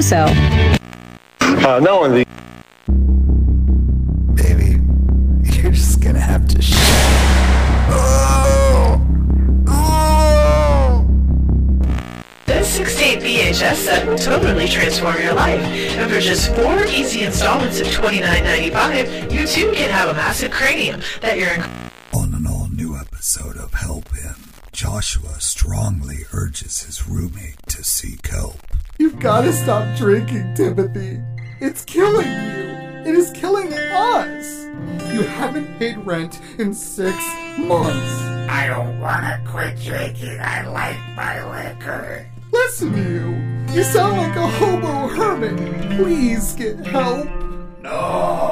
so. Uh, no, and the baby. You're just gonna have to shut. Oh! Oh! This 68 VHS set will totally transform your life. And for just four easy installments of $29.95, you too can have a massive cranium that your On an all new episode of Help Him, Joshua strongly urges his roommate to seek help. You've got to stop drinking, Timothy. It's killing you. It is killing us. You haven't paid rent in six months. I don't want to quit drinking. I like my liquor. Listen, you. You sound like a hobo hermit. Please get help. No.